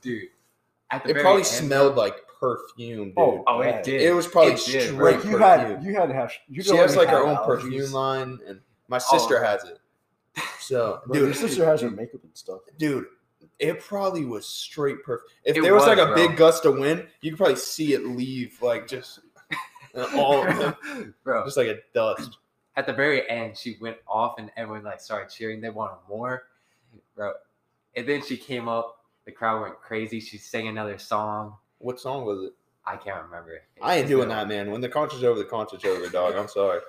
[SPEAKER 3] dude. At the
[SPEAKER 2] it
[SPEAKER 3] very
[SPEAKER 2] probably
[SPEAKER 3] end-
[SPEAKER 2] smelled like perfume, dude.
[SPEAKER 1] Oh,
[SPEAKER 3] Oh,
[SPEAKER 1] Yeah.
[SPEAKER 3] it did.
[SPEAKER 2] it was probably
[SPEAKER 3] It did, bro.
[SPEAKER 2] straight
[SPEAKER 1] Like you
[SPEAKER 2] perfume.
[SPEAKER 1] had, you had hash. You
[SPEAKER 2] she
[SPEAKER 1] don't
[SPEAKER 2] has
[SPEAKER 1] even
[SPEAKER 2] like her own
[SPEAKER 1] have
[SPEAKER 2] perfume
[SPEAKER 1] allergies. Oh.
[SPEAKER 2] line, and my sister has it. So,
[SPEAKER 1] Bro,
[SPEAKER 2] dude,
[SPEAKER 1] your sister has her makeup and stuff.
[SPEAKER 2] dude, it probably was straight perfume. If
[SPEAKER 3] It
[SPEAKER 2] there was, like a
[SPEAKER 3] was, bro.
[SPEAKER 2] big gust of wind, you could probably see it leave, like just uh, all
[SPEAKER 3] bro.
[SPEAKER 2] just like a dust.
[SPEAKER 3] At the very end, she went off and everyone like started cheering. They wanted more, bro. And then she came up. The crowd went crazy. She sang another song.
[SPEAKER 2] What song was it?
[SPEAKER 3] I can't remember.
[SPEAKER 2] I ain't
[SPEAKER 3] It's
[SPEAKER 2] doing
[SPEAKER 3] been a
[SPEAKER 2] that, man. When the concert's over, the concert's over, dog. I'm sorry.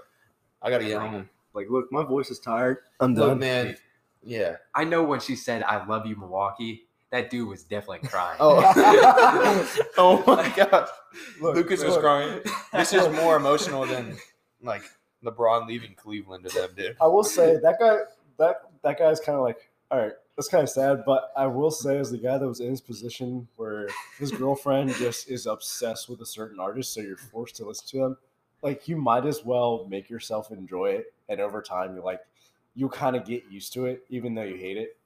[SPEAKER 2] I gotta get home.
[SPEAKER 1] Like, look, my voice is tired. I'm
[SPEAKER 2] Look, man. Yeah.
[SPEAKER 3] I know when she said "I love you, Milwaukee," that dude was definitely crying.
[SPEAKER 2] Oh. oh my gosh.
[SPEAKER 1] Look,
[SPEAKER 2] Lucas was
[SPEAKER 1] look.
[SPEAKER 2] crying. This is more emotional than like LeBron leaving Cleveland to them, dude.
[SPEAKER 1] I will say that guy that that guy's kind of like all right. That's kind of sad, but I will say, as the guy that was in his position where his girlfriend just is obsessed with a certain artist, so you're forced to listen to them, like you might as well make yourself enjoy it. And over time, you're like, you kind of get used to it, even though you hate it.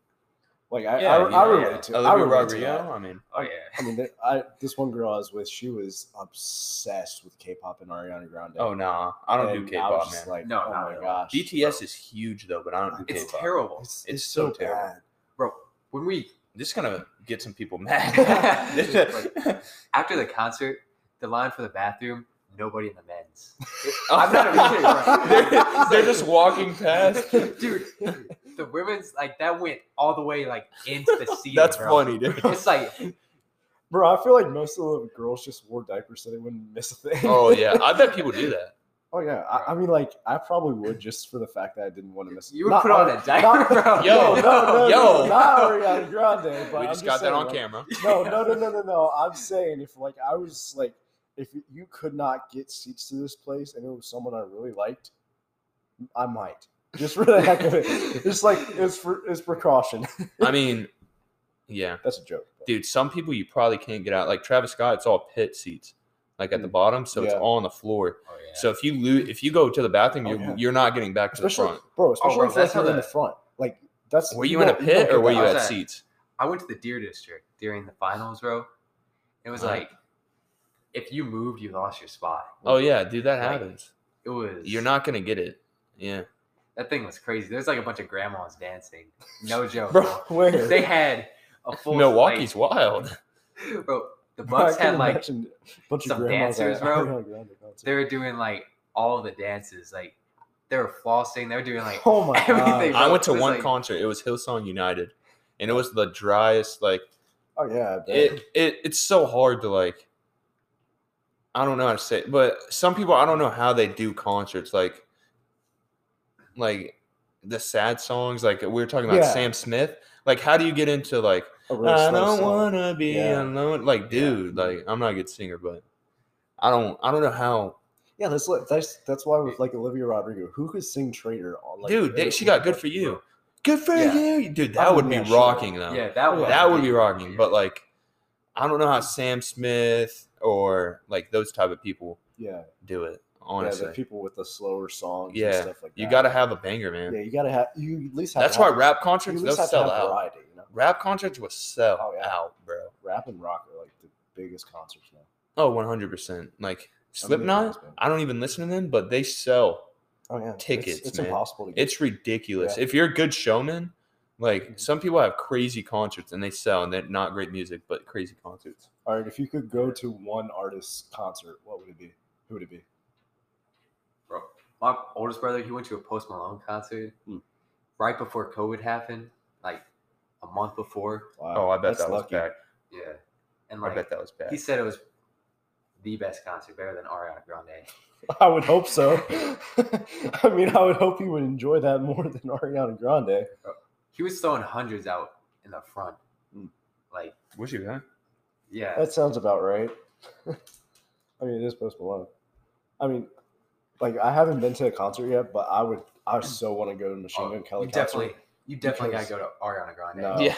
[SPEAKER 1] Like, I, I,
[SPEAKER 2] Yeah,
[SPEAKER 1] I
[SPEAKER 2] yeah,
[SPEAKER 1] relate
[SPEAKER 3] yeah.
[SPEAKER 1] to I
[SPEAKER 2] Olivia
[SPEAKER 1] relate to that.
[SPEAKER 2] Rodrigo. I mean,
[SPEAKER 3] oh yeah.
[SPEAKER 1] I mean, there- I, this one girl I was with, she was obsessed with K pop and Ariana Grande.
[SPEAKER 2] oh nah, I don't
[SPEAKER 1] And
[SPEAKER 2] do
[SPEAKER 1] I was
[SPEAKER 2] K-pop, man.
[SPEAKER 1] just Like,
[SPEAKER 3] No,
[SPEAKER 1] oh
[SPEAKER 3] not
[SPEAKER 1] my
[SPEAKER 3] at all.
[SPEAKER 1] gosh.
[SPEAKER 2] BTS is huge though, but I don't do
[SPEAKER 3] It's
[SPEAKER 2] K-pop.
[SPEAKER 3] terrible,
[SPEAKER 1] It's,
[SPEAKER 2] It's
[SPEAKER 1] it's so,
[SPEAKER 2] so terrible.
[SPEAKER 1] bad.
[SPEAKER 3] bro. When we
[SPEAKER 2] This is gonna get some people mad.
[SPEAKER 3] Like, after the concert, the line for the bathroom, nobody in the men's.
[SPEAKER 2] Oh.
[SPEAKER 3] I'm not even kidding, bro.
[SPEAKER 2] they're, they're just walking past.
[SPEAKER 3] Dude, the women's like oh, that went all the way like into the seat.
[SPEAKER 2] That's funny, dude.
[SPEAKER 3] It's like
[SPEAKER 1] Bro, I feel like most of the girls just wore diapers so they wouldn't miss a thing.
[SPEAKER 2] Oh yeah, I bet people do that.
[SPEAKER 1] Oh yeah, I, I mean, like I probably would just for the fact that I didn't want to miss.
[SPEAKER 3] You would
[SPEAKER 1] not
[SPEAKER 3] put on
[SPEAKER 1] Ari-
[SPEAKER 3] a diaper,
[SPEAKER 1] not-
[SPEAKER 3] bro.
[SPEAKER 2] Yo,
[SPEAKER 1] no, no, no,
[SPEAKER 2] yo.
[SPEAKER 1] no, not Ariana Grande. But
[SPEAKER 2] we
[SPEAKER 1] I'm
[SPEAKER 2] just got
[SPEAKER 1] saying,
[SPEAKER 2] that on
[SPEAKER 1] like,
[SPEAKER 2] camera.
[SPEAKER 1] No, no, no, no, no, no. I'm saying if like I was like, if you could not get seats to this place and it was someone I really liked, I might just for the heck of it. Just like it's for it's precaution.
[SPEAKER 2] I mean, yeah,
[SPEAKER 1] That's a joke. but-
[SPEAKER 2] dude. Some people you probably can't get out. Like Travis Scott, it's all pit seats, like at the bottom, so it's
[SPEAKER 1] Mm. Yeah.
[SPEAKER 2] all on the floor.
[SPEAKER 3] Oh, yeah.
[SPEAKER 2] So if you lose, if you go to the bathroom,
[SPEAKER 1] Oh,
[SPEAKER 2] you're,
[SPEAKER 1] yeah.
[SPEAKER 2] you're not getting back to the
[SPEAKER 1] especially
[SPEAKER 2] front.
[SPEAKER 1] bro, especially
[SPEAKER 3] Oh, bro,
[SPEAKER 1] if
[SPEAKER 3] that's
[SPEAKER 1] like,
[SPEAKER 3] how
[SPEAKER 1] you're in the
[SPEAKER 3] the-
[SPEAKER 1] front. Like that's
[SPEAKER 2] Were you in a
[SPEAKER 1] don't- don't
[SPEAKER 2] pit
[SPEAKER 1] get
[SPEAKER 2] or were
[SPEAKER 1] that
[SPEAKER 2] you
[SPEAKER 3] I was
[SPEAKER 2] at
[SPEAKER 1] option.
[SPEAKER 3] at-
[SPEAKER 2] seats?
[SPEAKER 3] I went to the Deer District during the finals, bro. It was
[SPEAKER 2] Alright.
[SPEAKER 3] like if you moved, you lost your spot.
[SPEAKER 2] Oh yeah, dude, that
[SPEAKER 3] Like,
[SPEAKER 2] happens.
[SPEAKER 3] it was.
[SPEAKER 2] You're not gonna get it. Yeah.
[SPEAKER 3] That thing was crazy. There's like a bunch of grandmas dancing. No joke,
[SPEAKER 1] Bro,
[SPEAKER 3] bro.
[SPEAKER 1] where?
[SPEAKER 3] They had a full
[SPEAKER 2] Milwaukee's wild.
[SPEAKER 3] like- bro. The
[SPEAKER 1] Bro, I
[SPEAKER 3] Bucks had
[SPEAKER 1] couldn't
[SPEAKER 3] like
[SPEAKER 1] imagine a bunch
[SPEAKER 3] some
[SPEAKER 1] grandmas at
[SPEAKER 3] dancers, bro.
[SPEAKER 1] Ariana Grande concert.
[SPEAKER 3] they were doing like all the dances. Like they were flossing. They were doing like
[SPEAKER 1] oh my
[SPEAKER 3] everything.
[SPEAKER 1] god!
[SPEAKER 2] I
[SPEAKER 3] bro,
[SPEAKER 2] went to
[SPEAKER 3] it was
[SPEAKER 2] one
[SPEAKER 3] like-
[SPEAKER 2] concert. It was Hillsong United, and it was the driest. Like
[SPEAKER 1] Oh yeah, I bet.
[SPEAKER 2] it, it, it's so hard to like. I don't know how to say, it, but some people I don't know how they do concerts. Like, like the sad songs. Like we were talking about
[SPEAKER 1] Yeah.
[SPEAKER 2] Sam Smith. Like, how do you get into like
[SPEAKER 1] A really
[SPEAKER 2] I
[SPEAKER 1] slow
[SPEAKER 2] don't
[SPEAKER 1] song.
[SPEAKER 2] wanna be
[SPEAKER 1] Yeah.
[SPEAKER 2] alone? Like, dude, like I'm not a good singer, but I don't, I don't know how.
[SPEAKER 1] Yeah, that's what- that's that's why with like Olivia Rodrigo, who could sing "Traitor" on like uh,
[SPEAKER 2] dude, they, she got good for you. Good for
[SPEAKER 3] Yeah.
[SPEAKER 2] you, dude. That
[SPEAKER 1] mean,
[SPEAKER 2] would be
[SPEAKER 1] yeah, sure.
[SPEAKER 2] rocking though.
[SPEAKER 3] Yeah, that was
[SPEAKER 2] that would be rocking. But like, I don't know how Sam Smith or like those type of people
[SPEAKER 1] Yeah,
[SPEAKER 2] do it.
[SPEAKER 1] yeah,
[SPEAKER 2] Honestly,
[SPEAKER 1] the people with the slower songs, and
[SPEAKER 2] Yeah,
[SPEAKER 1] stuff like that.
[SPEAKER 2] you got to have a banger, man.
[SPEAKER 1] yeah, you gotta have, you at least have.
[SPEAKER 2] That's
[SPEAKER 1] to
[SPEAKER 2] why
[SPEAKER 1] have,
[SPEAKER 2] rap
[SPEAKER 1] you
[SPEAKER 2] concerts
[SPEAKER 1] at
[SPEAKER 2] they'll
[SPEAKER 1] least have to
[SPEAKER 2] sell
[SPEAKER 1] have
[SPEAKER 2] out.
[SPEAKER 1] variety, you know,
[SPEAKER 2] Rap concerts will sell
[SPEAKER 1] Oh, yeah.
[SPEAKER 2] out, bro.
[SPEAKER 1] rap and rock are like the biggest concerts now.
[SPEAKER 2] Oh, one hundred percent. Like
[SPEAKER 1] I mean, they're
[SPEAKER 2] Slipknot,
[SPEAKER 1] nice, man.
[SPEAKER 2] I don't even listen to them, but they sell.
[SPEAKER 1] Oh yeah,
[SPEAKER 2] Tickets,
[SPEAKER 1] It's, it's
[SPEAKER 2] man.
[SPEAKER 1] impossible to get.
[SPEAKER 2] It's ridiculous.
[SPEAKER 1] Yeah.
[SPEAKER 2] If you're a good showman, like
[SPEAKER 1] Mhm.
[SPEAKER 2] some people have crazy concerts and they sell, and they're not great music, but crazy concerts.
[SPEAKER 1] All right, if you could go to one artist's concert, what would it be? Who would it be?
[SPEAKER 3] bro. My oldest brother, he went to a Post Malone concert
[SPEAKER 1] Hmm.
[SPEAKER 3] right before COVID happened, like a month before.
[SPEAKER 1] Wow,
[SPEAKER 2] Oh, I bet
[SPEAKER 1] that's
[SPEAKER 2] that was
[SPEAKER 1] lucky.
[SPEAKER 2] bad.
[SPEAKER 3] Yeah, and
[SPEAKER 2] I
[SPEAKER 3] like
[SPEAKER 2] bet that was
[SPEAKER 3] he
[SPEAKER 2] bad.
[SPEAKER 3] said, it was the best concert, better than Ariana Grande.
[SPEAKER 1] I would hope so. I mean, I would hope you would enjoy that more than Ariana Grande.
[SPEAKER 3] He was throwing hundreds out in the front,
[SPEAKER 1] Hmm.
[SPEAKER 3] like
[SPEAKER 2] Was you that?
[SPEAKER 3] yeah.
[SPEAKER 1] That sounds about right. I mean, it is Post Malone. I mean, like I haven't been to a concert yet, but I would. I so want to go to Machine
[SPEAKER 3] Oh,
[SPEAKER 1] Gun Kelly
[SPEAKER 3] you
[SPEAKER 1] concert.
[SPEAKER 3] definitely, you definitely gotta
[SPEAKER 1] Because-
[SPEAKER 3] go to Ariana Grande.
[SPEAKER 1] No,
[SPEAKER 2] Yeah.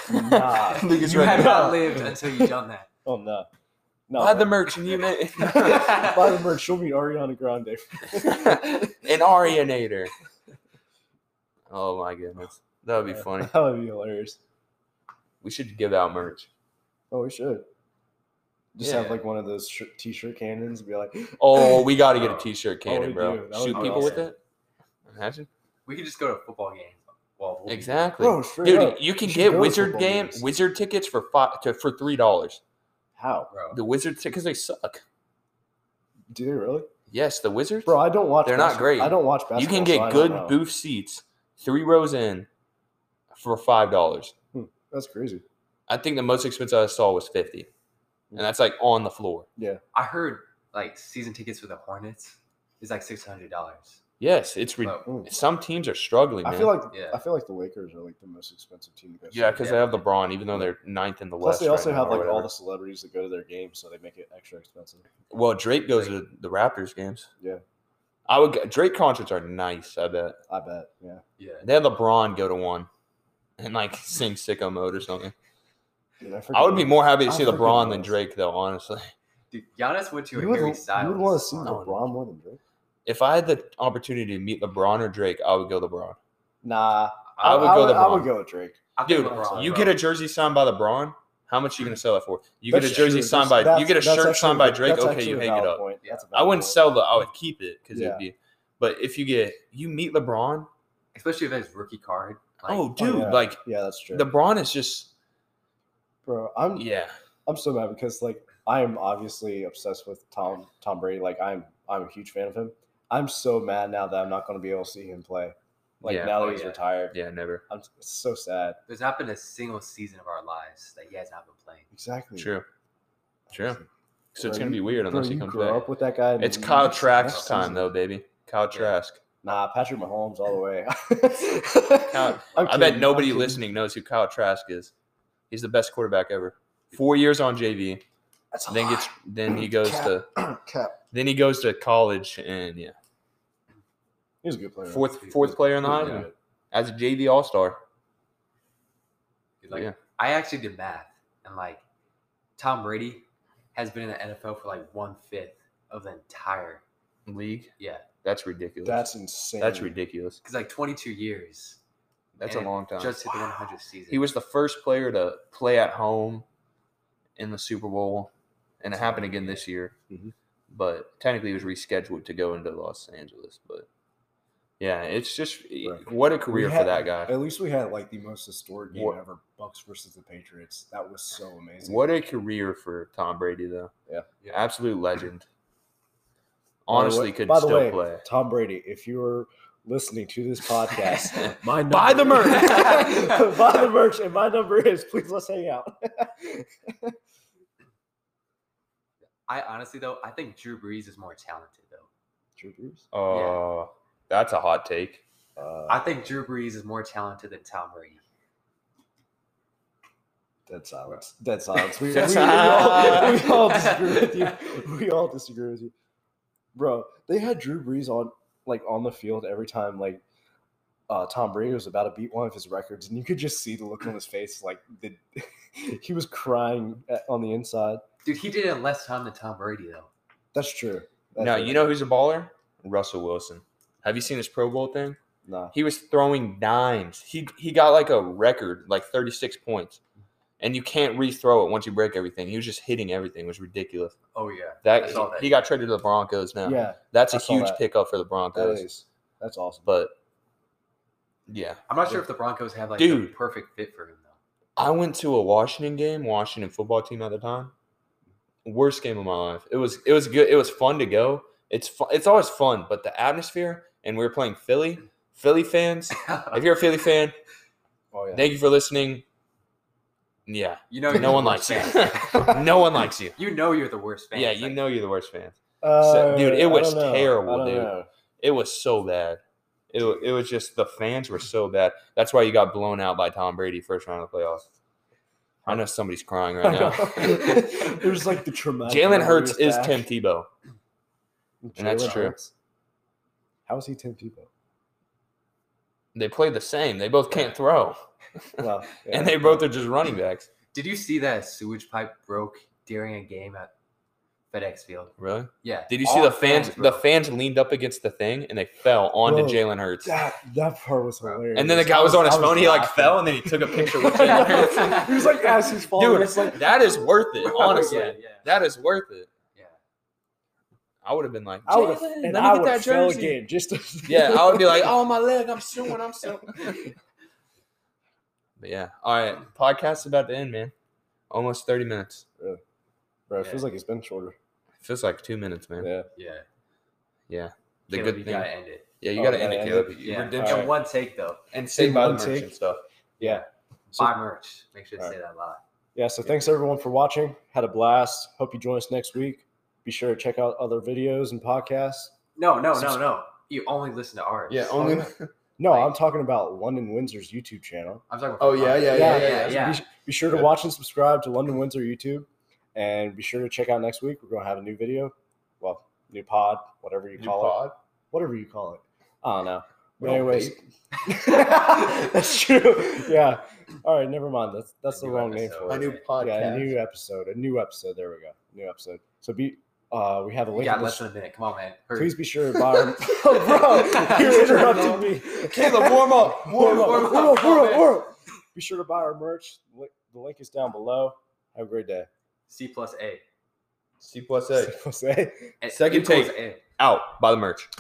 [SPEAKER 1] nah.
[SPEAKER 2] Lucas
[SPEAKER 3] You
[SPEAKER 2] right
[SPEAKER 3] have
[SPEAKER 2] now.
[SPEAKER 3] not lived until you've done that.
[SPEAKER 1] Oh no, no.
[SPEAKER 2] Buy the
[SPEAKER 1] man.
[SPEAKER 2] merch and you may-
[SPEAKER 1] Buy the merch. Show me Ariana Grande.
[SPEAKER 2] an Arianator. Oh my goodness, that would be funny.
[SPEAKER 1] That would be hilarious.
[SPEAKER 2] We should give out merch.
[SPEAKER 1] Oh, we should. Just have
[SPEAKER 2] Yeah.
[SPEAKER 1] like one of those sh- t-shirt cannons. and Be like,
[SPEAKER 2] Oh, we got to get a
[SPEAKER 3] Oh.
[SPEAKER 2] T-shirt
[SPEAKER 1] Oh, we
[SPEAKER 2] cannon,
[SPEAKER 1] do.
[SPEAKER 2] bro.
[SPEAKER 1] That would
[SPEAKER 2] Shoot
[SPEAKER 1] be
[SPEAKER 2] people with
[SPEAKER 1] awesome.
[SPEAKER 2] it. Imagine
[SPEAKER 3] We could just go to football games. Well, we'll-
[SPEAKER 2] exactly,
[SPEAKER 1] bro, straight
[SPEAKER 2] dude.
[SPEAKER 1] up.
[SPEAKER 2] You can
[SPEAKER 1] should go
[SPEAKER 2] get
[SPEAKER 1] to
[SPEAKER 2] wizard
[SPEAKER 1] football
[SPEAKER 2] game
[SPEAKER 1] games.
[SPEAKER 2] wizard tickets for five to, for three dollars.
[SPEAKER 1] How
[SPEAKER 3] bro.
[SPEAKER 2] The wizards because they suck.
[SPEAKER 1] do they really,
[SPEAKER 2] Yes, the wizards.
[SPEAKER 1] bro? I don't watch.
[SPEAKER 2] They're not
[SPEAKER 1] basketball-
[SPEAKER 2] great.
[SPEAKER 1] I don't watch basketball.
[SPEAKER 2] you can
[SPEAKER 1] so I
[SPEAKER 2] get
[SPEAKER 1] don't
[SPEAKER 2] good
[SPEAKER 1] know.
[SPEAKER 2] booth seats, three rows in, for five dollars.
[SPEAKER 1] That's crazy.
[SPEAKER 2] I think the most expensive I saw was fifty, and that's like on the floor.
[SPEAKER 3] I heard like season tickets for the Hornets is like six hundred dollars.
[SPEAKER 2] Yes, it's re-
[SPEAKER 1] Mm.
[SPEAKER 2] some teams are struggling. Man.
[SPEAKER 1] I feel like
[SPEAKER 3] Yeah.
[SPEAKER 1] I feel like the Lakers are like the most expensive team to go.
[SPEAKER 2] yeah,
[SPEAKER 1] see.
[SPEAKER 2] because they have LeBron, even though they're ninth in the
[SPEAKER 1] Plus,
[SPEAKER 2] West.
[SPEAKER 1] they also
[SPEAKER 2] right now
[SPEAKER 1] have
[SPEAKER 2] or
[SPEAKER 1] like all
[SPEAKER 2] whatever.
[SPEAKER 1] the celebrities that go to their games, so they make it extra expensive.
[SPEAKER 2] Well, Drake goes to the Raptors games.
[SPEAKER 1] Yeah.
[SPEAKER 2] I would. go- Drake concerts are nice. I bet
[SPEAKER 1] I bet. Yeah.
[SPEAKER 3] Yeah.
[SPEAKER 2] they had LeBron go to one, and like sing sicko mode or something.
[SPEAKER 1] Dude, I,
[SPEAKER 2] I would be
[SPEAKER 1] freaking-
[SPEAKER 2] more happy to
[SPEAKER 1] I
[SPEAKER 2] see
[SPEAKER 1] freaking
[SPEAKER 2] LeBron
[SPEAKER 1] love
[SPEAKER 2] than
[SPEAKER 1] this.
[SPEAKER 2] Drake, though. Honestly,
[SPEAKER 3] Dude, Giannis went to a
[SPEAKER 1] You would,
[SPEAKER 3] Harry
[SPEAKER 1] you
[SPEAKER 3] Styles.
[SPEAKER 1] would want to see
[SPEAKER 3] concert.
[SPEAKER 1] LeBron more than Drake.
[SPEAKER 2] if I had the opportunity to meet LeBron or Drake, I would go LeBron.
[SPEAKER 1] Nah,
[SPEAKER 2] I would
[SPEAKER 1] I
[SPEAKER 2] go
[SPEAKER 1] would, I would
[SPEAKER 2] LeBron.
[SPEAKER 1] go with Drake.
[SPEAKER 3] I think
[SPEAKER 2] Dude,
[SPEAKER 3] LeBron,
[SPEAKER 2] you
[SPEAKER 3] bro.
[SPEAKER 2] get a jersey signed by LeBron. How much you gonna sell that for? You get
[SPEAKER 1] That's
[SPEAKER 2] a jersey
[SPEAKER 1] true.
[SPEAKER 2] signed
[SPEAKER 1] That's-
[SPEAKER 2] by you
[SPEAKER 1] that's-
[SPEAKER 2] get
[SPEAKER 1] that's
[SPEAKER 2] a shirt
[SPEAKER 1] actually-
[SPEAKER 2] signed by Drake.
[SPEAKER 1] that's
[SPEAKER 2] Okay,
[SPEAKER 1] actually
[SPEAKER 2] you
[SPEAKER 1] a
[SPEAKER 2] hang it
[SPEAKER 1] valid
[SPEAKER 2] up.
[SPEAKER 1] point.
[SPEAKER 3] Yeah.
[SPEAKER 1] That's a
[SPEAKER 2] I
[SPEAKER 1] valid
[SPEAKER 2] wouldn't
[SPEAKER 1] point.
[SPEAKER 2] sell the. I would keep it because
[SPEAKER 1] Yeah.
[SPEAKER 2] it'd be. But if you get you meet LeBron,
[SPEAKER 3] especially if it's rookie card. Like,
[SPEAKER 2] oh dude,
[SPEAKER 1] yeah.
[SPEAKER 2] like
[SPEAKER 1] Yeah, that's true.
[SPEAKER 2] LeBron is just
[SPEAKER 1] Bro, I'm
[SPEAKER 2] yeah.
[SPEAKER 1] I'm so mad because like I am obviously obsessed with Tom Tom Brady. Like I'm I'm a huge fan of him. I'm so mad now that I'm not going to be able to see him play. Like
[SPEAKER 2] Yeah.
[SPEAKER 1] now that
[SPEAKER 3] Oh,
[SPEAKER 1] he's
[SPEAKER 3] yeah.
[SPEAKER 1] retired,
[SPEAKER 2] Yeah, never.
[SPEAKER 1] I'm it's so sad.
[SPEAKER 3] there's not been a single season of our lives that he has not been playing.
[SPEAKER 1] Exactly.
[SPEAKER 2] True. True. So it's
[SPEAKER 1] Bro,
[SPEAKER 2] gonna
[SPEAKER 1] you-
[SPEAKER 2] be weird
[SPEAKER 1] Bro,
[SPEAKER 2] unless
[SPEAKER 1] you
[SPEAKER 2] he comes
[SPEAKER 1] grew
[SPEAKER 2] back.
[SPEAKER 1] up with that guy. and
[SPEAKER 2] It's
[SPEAKER 1] you
[SPEAKER 2] Kyle
[SPEAKER 1] just
[SPEAKER 2] Trask's
[SPEAKER 1] messed
[SPEAKER 2] time
[SPEAKER 1] him.
[SPEAKER 2] though, baby. Kyle Trask.
[SPEAKER 1] Nah, Patrick Mahomes all the way.
[SPEAKER 2] Kyle-
[SPEAKER 1] I'm
[SPEAKER 2] I
[SPEAKER 1] kidding,
[SPEAKER 2] bet
[SPEAKER 1] I'm
[SPEAKER 2] nobody
[SPEAKER 1] kidding.
[SPEAKER 2] listening knows who Kyle Trask is. He's the best quarterback ever. Four years on JV,
[SPEAKER 1] That's a
[SPEAKER 2] then
[SPEAKER 1] lot.
[SPEAKER 2] gets then he goes to
[SPEAKER 1] Cap.
[SPEAKER 2] then he goes to college and yeah,
[SPEAKER 1] He was a good player.
[SPEAKER 2] fourth fourth player in the
[SPEAKER 1] Yeah.
[SPEAKER 2] Heisman as a JV All Star.
[SPEAKER 3] Like
[SPEAKER 2] Yeah.
[SPEAKER 3] I actually did math and like Tom Brady has been in the NFL for like one fifth of the entire
[SPEAKER 2] League,
[SPEAKER 3] yeah.
[SPEAKER 2] that's ridiculous.
[SPEAKER 1] That's insane.
[SPEAKER 2] that's ridiculous.
[SPEAKER 3] Because like twenty two years.
[SPEAKER 2] That's
[SPEAKER 3] and
[SPEAKER 2] a
[SPEAKER 3] it
[SPEAKER 2] long time.
[SPEAKER 3] Just hit the
[SPEAKER 1] Wow.
[SPEAKER 3] one hundredth season.
[SPEAKER 2] He was the first player to play at home in the Super Bowl, and it happened again this year.
[SPEAKER 1] Mhm.
[SPEAKER 2] But technically, it was rescheduled to go into Los Angeles. But yeah, it's just e,
[SPEAKER 1] Right.
[SPEAKER 2] what a
[SPEAKER 1] We
[SPEAKER 2] career for
[SPEAKER 1] had-
[SPEAKER 2] that guy.
[SPEAKER 1] At least we had like the most historic game
[SPEAKER 2] What-
[SPEAKER 1] ever: Bucks versus the Patriots. That was so amazing.
[SPEAKER 2] What a career for Tom Brady, though.
[SPEAKER 1] Yeah.
[SPEAKER 3] Yeah.
[SPEAKER 2] absolute
[SPEAKER 1] By the
[SPEAKER 2] legend.
[SPEAKER 1] way-
[SPEAKER 2] Honestly, could
[SPEAKER 1] by the
[SPEAKER 2] still
[SPEAKER 1] way,
[SPEAKER 2] play.
[SPEAKER 1] Tom Brady, if you were listening to this podcast, my
[SPEAKER 2] Buy the
[SPEAKER 1] number-
[SPEAKER 2] merch.
[SPEAKER 1] buy the merch, and my number is please let's hang out.
[SPEAKER 3] I honestly though, I think Drew Brees is more talented though.
[SPEAKER 1] Drew Brees.
[SPEAKER 2] Oh, that's a hot take.
[SPEAKER 1] Uh,
[SPEAKER 3] I think Drew Brees is more talented than Tom Brady.
[SPEAKER 1] Dead silence. Dead silence. We,
[SPEAKER 2] Dead
[SPEAKER 1] we- we all, we all
[SPEAKER 2] silence.
[SPEAKER 1] disagree with you. We all disagree with you, bro. They had Drew Brees on like on the field every time like uh, Tom Brady was about to beat one of his records, and you could just see the look on his face. Like the, he was crying at- on the inside.
[SPEAKER 3] Dude, he did it in less time than Tom Brady though.
[SPEAKER 1] That's true. That's
[SPEAKER 2] Now
[SPEAKER 1] true.
[SPEAKER 2] you know who's a baller? Russell Wilson. Have you seen his Pro Bowl thing?
[SPEAKER 1] Nah.
[SPEAKER 2] He was throwing dimes. He he got like a record, like 36 points. And you can't rethrow it once you break everything. He was just hitting everything. It was ridiculous.
[SPEAKER 3] Oh yeah.
[SPEAKER 2] That,
[SPEAKER 3] I saw that.
[SPEAKER 2] he got traded to the Broncos now.
[SPEAKER 1] Yeah,
[SPEAKER 2] That's a
[SPEAKER 1] I saw
[SPEAKER 2] huge
[SPEAKER 1] that.
[SPEAKER 2] pickup for the
[SPEAKER 1] that
[SPEAKER 2] Broncos.
[SPEAKER 1] is. That's awesome.
[SPEAKER 2] But yeah.
[SPEAKER 3] I'm not sure if the Broncos have like the
[SPEAKER 2] Dude.
[SPEAKER 3] perfect fit for him though.
[SPEAKER 2] I went to a Washington game, Washington football team at the time. Worst game of my life. It was it was good. It was fun to go. It's fun. It's always fun, but the atmosphere and we were playing Philly. Philly fans. If you're a Philly fan,
[SPEAKER 1] Oh yeah.
[SPEAKER 2] thank you for listening. Yeah,
[SPEAKER 3] you know, you're
[SPEAKER 2] no
[SPEAKER 3] the
[SPEAKER 2] one
[SPEAKER 3] worst
[SPEAKER 2] likes you.
[SPEAKER 3] fan.
[SPEAKER 2] no one likes you.
[SPEAKER 3] you know you're the worst fan.
[SPEAKER 2] Yeah, you know you're the worst fan.
[SPEAKER 1] Uh,
[SPEAKER 2] dude, it
[SPEAKER 1] I don't
[SPEAKER 2] was
[SPEAKER 1] know. I
[SPEAKER 2] terrible,
[SPEAKER 1] don't
[SPEAKER 2] dude.
[SPEAKER 1] know.
[SPEAKER 2] It was so bad. It, wa- it was just the fans were so bad. That's why you got blown out by Tom Brady first round of the playoffs. I know somebody's crying
[SPEAKER 1] I
[SPEAKER 2] right
[SPEAKER 1] know.
[SPEAKER 2] now.
[SPEAKER 1] it was like the traumatic.
[SPEAKER 2] Jalen
[SPEAKER 1] memory
[SPEAKER 2] Hurts
[SPEAKER 1] was
[SPEAKER 2] is
[SPEAKER 1] back.
[SPEAKER 2] Tim Tebow. And that's
[SPEAKER 1] Jalen
[SPEAKER 2] true.
[SPEAKER 1] Hurts? How is he Tim Tebow?
[SPEAKER 2] They play the same. They both can't throw,
[SPEAKER 1] Well,
[SPEAKER 2] and they both are just running backs.
[SPEAKER 3] Did you see that sewage pipe broke during a game at FedEx Field?
[SPEAKER 2] Really?
[SPEAKER 3] Yeah.
[SPEAKER 2] Did you
[SPEAKER 3] all
[SPEAKER 2] see the fans? The
[SPEAKER 3] broke.
[SPEAKER 2] fans leaned up against the thing, and they fell onto
[SPEAKER 1] Bro,
[SPEAKER 2] Jalen Hurts.
[SPEAKER 1] that that part was hilarious.
[SPEAKER 2] And then the guy was on his phone. He like fell, and then he took a picture with Jalen Hurts.
[SPEAKER 1] he was like as he's falling.
[SPEAKER 2] Dude,
[SPEAKER 1] it's like
[SPEAKER 2] that is worth it.
[SPEAKER 3] Bro,
[SPEAKER 2] Honestly,
[SPEAKER 3] yeah, yeah,
[SPEAKER 2] that is worth it.
[SPEAKER 3] yeah.
[SPEAKER 2] I would have been like,
[SPEAKER 1] I would have,
[SPEAKER 2] "Jalen,
[SPEAKER 1] and
[SPEAKER 2] let me
[SPEAKER 1] I
[SPEAKER 2] get
[SPEAKER 1] would
[SPEAKER 2] that
[SPEAKER 1] have fell
[SPEAKER 2] jersey."
[SPEAKER 1] again just to,
[SPEAKER 2] Yeah, I would be like, "Oh my leg, I'm suing, I'm suing." but yeah, all right. Podcast's about to end, man. Almost thirty minutes.
[SPEAKER 1] Bro, it feels like it's been shorter.
[SPEAKER 2] Feels like two minutes, man.
[SPEAKER 1] Yeah,
[SPEAKER 3] Yeah.
[SPEAKER 2] Yeah, the
[SPEAKER 3] Caleb,
[SPEAKER 2] good
[SPEAKER 3] you
[SPEAKER 2] thing.
[SPEAKER 3] gotta end it.
[SPEAKER 2] Yeah, you
[SPEAKER 1] Oh,
[SPEAKER 2] gotta
[SPEAKER 1] gotta
[SPEAKER 2] end it,
[SPEAKER 1] end
[SPEAKER 2] Caleb.
[SPEAKER 1] it.
[SPEAKER 2] You-
[SPEAKER 3] Yeah.
[SPEAKER 2] Redemption
[SPEAKER 1] Alright.
[SPEAKER 3] In one take though.
[SPEAKER 2] and saved
[SPEAKER 1] In
[SPEAKER 2] by the
[SPEAKER 1] one
[SPEAKER 2] merch
[SPEAKER 1] take.
[SPEAKER 2] and stuff.
[SPEAKER 1] yeah, So-
[SPEAKER 3] Buy merch. Make sure to
[SPEAKER 1] All
[SPEAKER 3] say that a lot.
[SPEAKER 1] yeah. So thanks everyone for watching. Had a blast. Hope you join us next week. Be sure to check out other videos and podcasts.
[SPEAKER 3] No, no, no,
[SPEAKER 1] Subs-
[SPEAKER 3] no. You only listen to ours.
[SPEAKER 1] only- No, I'm talking about London Windsor's YouTube channel.
[SPEAKER 3] I'm talking.
[SPEAKER 2] Oh,
[SPEAKER 3] about
[SPEAKER 2] yeah,
[SPEAKER 3] ours.
[SPEAKER 2] yeah,
[SPEAKER 1] yeah,
[SPEAKER 2] yeah,
[SPEAKER 1] So Be, be sure to
[SPEAKER 2] Good.
[SPEAKER 1] watch and subscribe to London Windsor YouTube, and be sure to check out next week. We're gonna have a new video, well, new pod, whatever you call it, whatever you call it. I don't know.
[SPEAKER 2] We
[SPEAKER 1] But
[SPEAKER 2] don't
[SPEAKER 1] anyways,
[SPEAKER 3] yeah.
[SPEAKER 1] that's true. Yeah. All right. Never mind. That's that's
[SPEAKER 3] A
[SPEAKER 1] the
[SPEAKER 3] new
[SPEAKER 1] wrong name
[SPEAKER 3] episode.
[SPEAKER 1] for
[SPEAKER 2] A
[SPEAKER 1] it.
[SPEAKER 2] new
[SPEAKER 1] Yeah, a
[SPEAKER 2] podcast.
[SPEAKER 1] new episode. A new episode. There we go. New episode. So be. Uh, we have a
[SPEAKER 3] We
[SPEAKER 1] link.
[SPEAKER 3] got
[SPEAKER 1] in
[SPEAKER 3] less
[SPEAKER 1] the
[SPEAKER 3] than a minute. Come on, man. Hurry.
[SPEAKER 1] Please be sure to buy our. Oh, bro, you're interrupting me.
[SPEAKER 2] Caleb, warm up.
[SPEAKER 1] Warm up, warm up, warm up,
[SPEAKER 3] warm up.
[SPEAKER 1] Be sure to buy our merch. Li- The link is down below. Have a great day.
[SPEAKER 3] C plus A.
[SPEAKER 2] C plus A.
[SPEAKER 1] Say.
[SPEAKER 3] And
[SPEAKER 2] Second
[SPEAKER 3] equals
[SPEAKER 2] take.
[SPEAKER 3] A.
[SPEAKER 2] Out by the merch.